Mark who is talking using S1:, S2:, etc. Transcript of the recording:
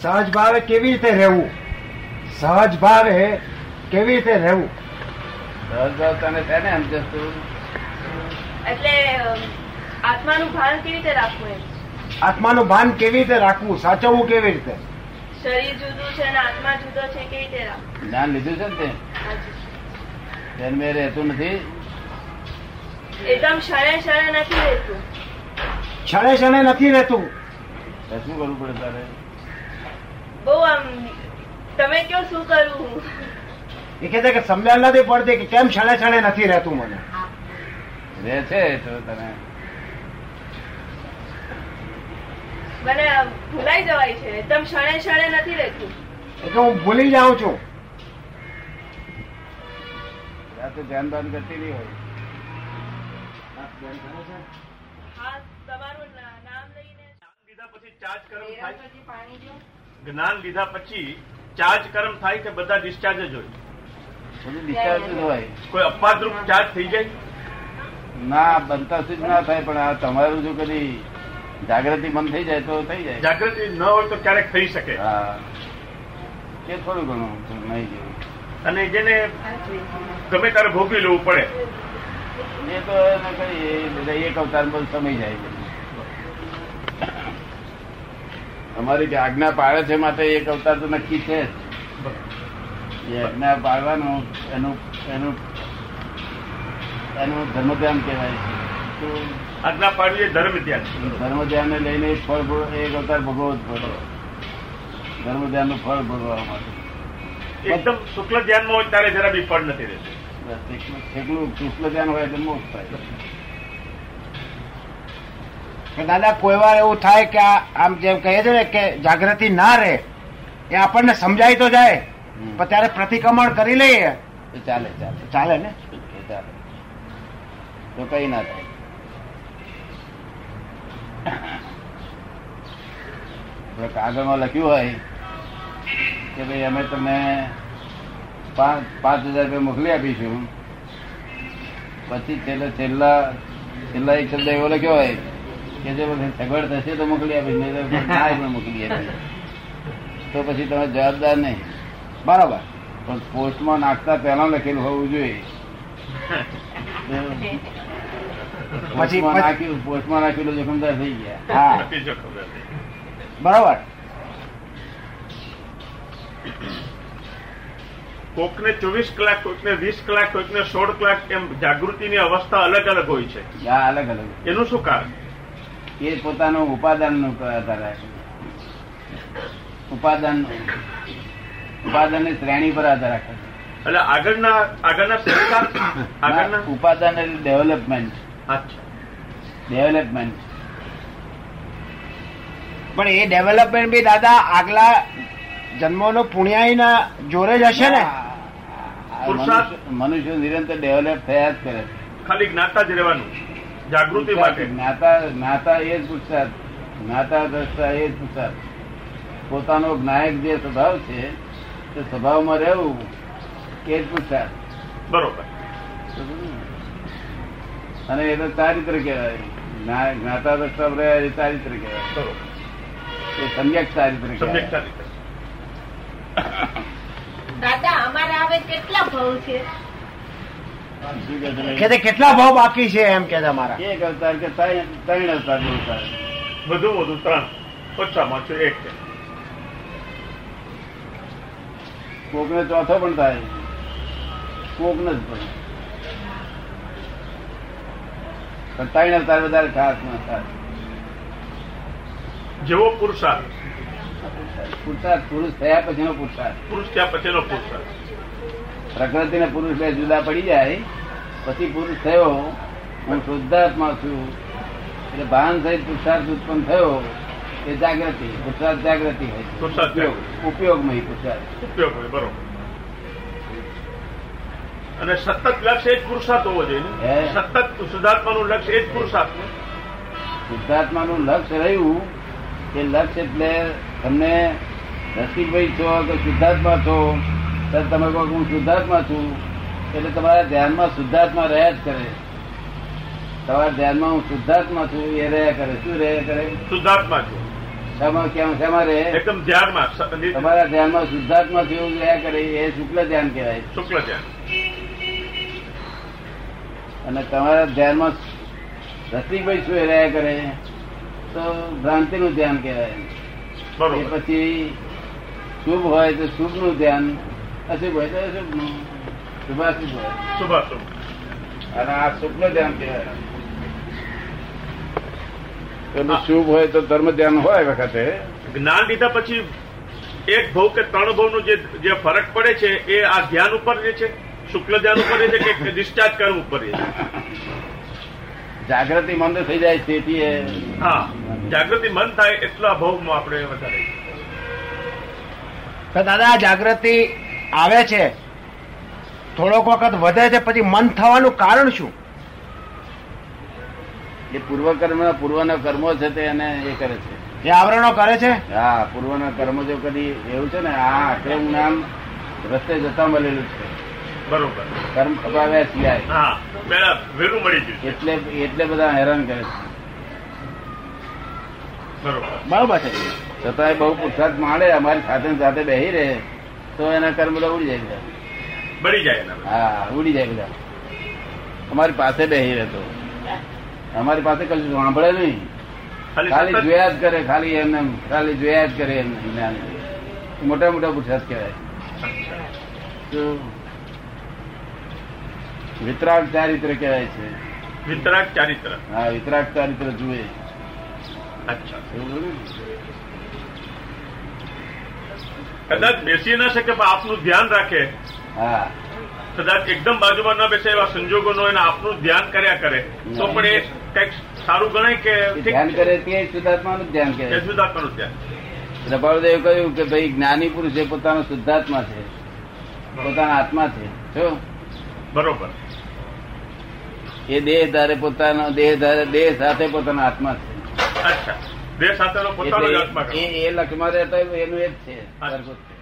S1: સહજ ભાવે કેવી રીતે રહેવું સહજ ભાવે કેવી રીતે રહેવું
S2: સહજભાવ તને છે ને એમ જસ્તું
S3: એટલે અમ, આત્માનું ભાન કેવી રીતે રાખવું એમ
S1: આત્માનું ભાન કેવી રીતે રાખવું સાચવવું કેવી રીતે
S3: શરીર જુદું છે અને આત્મા જુદો છે કેવી રીતે રાખવું
S2: જ્ઞાન લીધું છે ને તે
S3: હાજી.
S2: તેને મેં રહેતું નથી
S3: એકદમ શણે શણે નથી રહેતું
S1: ક્ષણે ક્ષણે નથી રહેતું
S2: તો શું કરવું પડે તારે
S3: બહુ આમ તમે કયો શું કરવું
S1: એ કહે છે કે સમજણ નથી પડતી કે કેમ ક્ષણે ક્ષણે નથી રહેતું મને
S2: રહે છે તો તને
S3: મને આમ ભૂલાઈ જવાય છે એકદમ ક્ષણે ક્ષણે નથી રહેતું
S1: એટલે હું ભૂલી જાઉં છું
S2: આ તો ધ્યાન ભાન કરતી નહીં હોય
S3: હા તમારું ના- નામ લઈને
S4: લીધા પછી ચાર્જ કર્મ થાય
S3: પછી પાણી જો
S4: જ્ઞાન લીધા પછી ચાર્જ કર્મ થાય કે બધા ડિસ્ચાર્જ જ હોય
S2: બધું discharge જ હોય
S4: કોઈ અપવાદરૂપ ચાર્જ થઈ જાય
S2: ના બનતા સુધી ના થાય પણ આ તમારું જો કદી જાગૃતિ બંધ થઈ જાય તો થઈ જાય
S4: જાગૃતિ ન હોય તો ક્યારેક થઈ શકે
S2: હા કે થોડું ઘણું તો નહીં જેવું
S4: અને જેને ગમે ત્યારે ભોગવી લેવું પડે
S2: એ તો એને કઈ એ બધા એક અવતાર પર સમય જાય છે. અમારી જે આજ્ઞા પાડે છે માટે એક અવતાર તો નક્કી છે જ. એ આજ્ઞા પાડવાનું એનું એનું એનું ધર્મધ્યાન કહેવાય છે તો
S4: આજ્ઞા પાડવી એ ધર્મ ધ્યાન
S2: ધર્મ ધ્યાનને લઈને એક ફળ ભોગ- એક અવતાર ભોગવવો જ પડે ધર્મ ધ્યાનનું ફળ ભોગવવા માટે
S4: એકદમ શુક્લ ધ્યાનમાં હોય ત્યારે જરા બી ફળ નથી રહેતું
S2: બસ એકલું- એકલું કૃષ્ણ ધ્યાન હોય એટલે મોક્ષ થાય
S1: કે દાદા કોઈ વાર એવું થાય કે આ આમ જેમ કહે છે ને કે જાગૃતિ ના રહે એ આપણને સમજાય તો જાય
S2: હમ.
S1: પણ ત્યારે પ્રતિક્રમણ કરી લઈએ
S2: એ ચાલે ચાલે
S1: તો ચાલે ને
S2: એ ચાલે તો કઈ ના થાય હવે કાગળમાં લખ્યું હોય કે ભાઈ અમે તમને પાંચ પાંચ હજાર રૂપિયા મોકલી આપીશું પછી છેલ્લે છેલ્લા છેલ્લા એક શબ્દ એવો લખ્યો હોય કે જો મને સગવડ થશે તો મોકલી આપીશ નહીં તો ના પણ મોકલી આપીશ તો પછી તમે જવાબદાર નહીં બરાબર પણ પોસ્ટમાં નાખતા પહેલા લખેલું હોવું જોઈએ
S1: પછી-
S2: પોસ્ટમાં નાખ્યું પોસ્ટમાં નાખેલું જોખમદાર થઈ ગયા
S1: હા
S4: બીજો ખબર નહીં.
S1: બરાબર
S4: કોકને ચોવીસ કલાક કોઈકને વીસ કલાક કોઈકને સોળ કલાક એમ જાગૃતિની અવસ્થા અલગ અલગ હોય છે
S2: આ અલગ અલગ
S4: એનું શું કારણ
S2: એ પોતાનું ઉપાદાનનું આધાર રાખે ઉપાદાન ઉપાદાનની શ્રેણી પર આધાર રાખે
S4: એટલે આગળના આગળના સંસ્કાર આગળના
S2: ના, ઉપાદાન એટલે ડેવલપમેન્ટ
S4: અચ્છા
S2: ડેવલપમેન્ટ
S1: પણ એ ડેવલપમેન્ટ બી દાદા આગલા જન્મોનો પુણ્યાઈના જોરે જ હશે ને
S2: આ
S4: પુરુષાર્થ?
S2: મનુષ્ય- મનુષ્ય નિરંતર ડેવલપ થયા જ કરે છે.
S4: ખાલી જ્ઞાતા જ રહેવાનું જાગૃતિ માટે
S2: જ્ઞાતા જ્ઞાતા એ જ પુરુષાર્થ જ્ઞાતા દ્રષ્ટા એ જ પુરુષાર્થ પોતાનો જ્ઞાયક જે સ્વભાવ છે તે સ્વભાવમાં રહેવું એ જ પુરુષાર્થ
S4: બરોબર
S2: અને એ તો ચારિત્ર કહેવાય જ્ઞા- જ્ઞાતા દ્રષ્ટા રહ્યા એ ચારિત્ર કહેવાય
S4: બરોબર
S2: એ સમ્યક ચારિત્ર કહેવાય
S4: સમ્યકતા રીતે
S5: દાદા અમારા હવે કેટલા ભાવ છે
S2: શું કહે છે?
S1: કે તે કેટલા ભાવ બાકી છે એમ કે મારા
S2: એક અવતાર કે ત્રણ ત્રણ અવતાર જેવું થાય.
S4: વધુ વધુ ત્રણ ઓછામાં ઓછું એક છે
S2: કોકને ચોથો પણ થાય કોકને જ પણ પણ ત્રણ અવતાર વધારે ખાસ માં ખાસ
S4: જેવો પુરુષાર્થ
S2: પુરુષાર્થ પુરુષ થયા પછીનો પુરુષાર્થ
S4: પુરુષ ત્યાં પછીનો પુરુષાર્થ
S2: પ્રકૃતિ ને પુરુષ બે જુદા પડી જાય પછી પુરુષ થયો હું શુદ્ધાત્મા છું એટલે ભાન સહિત પુરુષાર્થ ઉત્પન્ન થયો એ જાગૃતિ પુરુષાર્થ જાગૃતિ હોય છે.
S4: પુરુષાર્થ
S2: ઉપયોગ
S4: જાગૃતિ.
S2: ઉપયોગમય પુરુષાર્થ
S4: ઉપયોગ હોય બરોબર અને સતત લક્ષ્ય એ જ પુરુષાર્થ હોવો જોઈએ ને?
S2: હે?
S4: સતત સુધાર્થમાનું લક્ષ્ય એ જ પુરુષાર્થ ને?
S2: શુદ્ધાત્માનું લક્ષ્ય રહ્યું કે લક્ષ્ય એટલે તમને રસિકભાઈ છો કે શુદ્ધાત્મા છો તો તમે કહો કે હું શુદ્ધાત્મા છું એટલે તમારા ધ્યાનમાં શુદ્ધાત્મા રહ્યા જ કરે તમારા ધ્યાનમાં હું શુદ્ધાત્મા છું એ રહ્યા કરે શું રહ્યા કરે
S4: શુદ્ધાત્મા છું
S2: શેમાં કેમ શેમાં રહે
S4: એકદમ ધ્યાનમાં સ- નિ-
S2: તમારા ધ્યાનમાં શુદ્ધાત્મા કેવું રહ્યા કરે એ શુક્લ ધ્યાન કહેવાય
S4: શુક્લ ધ્યાન
S2: અને તમારા ધ્યાનમાં રતિભાઈ શું રહ્યા કરે તો ભ્રાંતિનું ધ્યાન કહેવાય એ
S4: બરોબર
S2: પછી શુભ હોય તો શુભનું ધ્યાન અશુભ હોય તો અશુભનું શુભાશુભ હોય
S4: શુભાશુભ
S2: અને આ શુભનું ધ્યાન કહેવાય પેલું શુભ હોય તો ધર્મ ધ્યાન હોય વખતે
S4: જ્ઞાન લીધા પછી એક ભવ કે ત્રણ ભવ જે જે ફરક પડે છે એ આ ધ્યાન ઉપર રહે છે શુક્લ ધ્યાન ઉપર રહે છે કે ડિસ્ચાર્જ કર્મ ઉપર રહે છે
S2: જાગૃતિ મંદ થઈ જાય તેથી એ
S4: હા જાગૃતિ મન થાય એટલા ભવમાં આપણે વધારે
S1: તો દાદા આ જાગૃતિ આવે છે થોડોક વખત વધે છે પછી મન થવાનું કારણ શું
S2: એ પૂર્વકર્મ પૂર્વના કર્મો છે તે એને એ કરે છે
S1: એ આવરણો કરે છે
S2: હા પૂર્વના કર્મ જો કદી એવું છે ને આ અક્રમ નામ રસ્તે જતા મળેલું છે
S4: બરોબર
S2: કર્મ અપાવ્યા સિવાય
S4: હા પેલા વેલું મળી ગયું છે
S2: એટલે એટલે બધા હેરાન કરે
S4: બરોબર
S1: બરોબર છે
S2: છે છતાંય બહુ પુરસાદ માણે અમારી સાથે ને સાથે બેહી રહે તો એના કર્મ બધા ઉડી જાય બધા
S4: બળી જાય એના બધા.
S2: હા ઉડી જાય બધા અમારી પાસે બેહી રહેતો અમારી પાસે કશું સાંભળે નહીં ખાલી
S4: ખાલી
S2: જોયા જ કરે ખાલી એમને એમ. ખાલી જોયા જ કરે એમને જ્ઞાન મોટા મોટા પુરસાદ કહેવાય તો વિતરાગ ચારિત્ર કહેવાય છે
S4: વિતરાક ચારિત્ર
S2: હા વિતરાગ ચારિત્ર જુએ
S4: અચ્છા
S2: એવું બોલું ને?
S4: કદાચ બેસી ના શકે પણ આપનું ધ્યાન રાખે
S2: હા
S4: કદાચ એકદમ બાજુમાં ના બેસે એવા સંજોગોનો એને આપનું ધ્યાન કર્યા કરે તો પણ એ કંઈક સારું ગણાય કે
S2: એ
S4: ઠીક
S2: ધ્યાન
S4: છે.
S2: કરે તે શુદ્ધાત્માનું જ ધ્યાન
S4: એ
S2: કરે
S4: જુદાત્માનું ધ્યાન
S2: પ્રભાવદેવ કહ્યું કે ભાઈ જ્ઞાની પુરુષ એ પોતાનો શુદ્ધાત્મા છે પોતાના આત્મા છે જો
S4: બરોબર
S2: એ દેહ ધારે પોતાનો દેહ ધારે દેહ સાથે પોતાનો આત્મા છે
S4: અચ્છા બે સાથેનો પોતાનો જ આત્મા
S2: એટલે એ
S4: ગણો.
S2: એ લખમાં રહેતો હોય એનું એ જ છે
S4: અચ્છા.
S2: સરખું જ છે.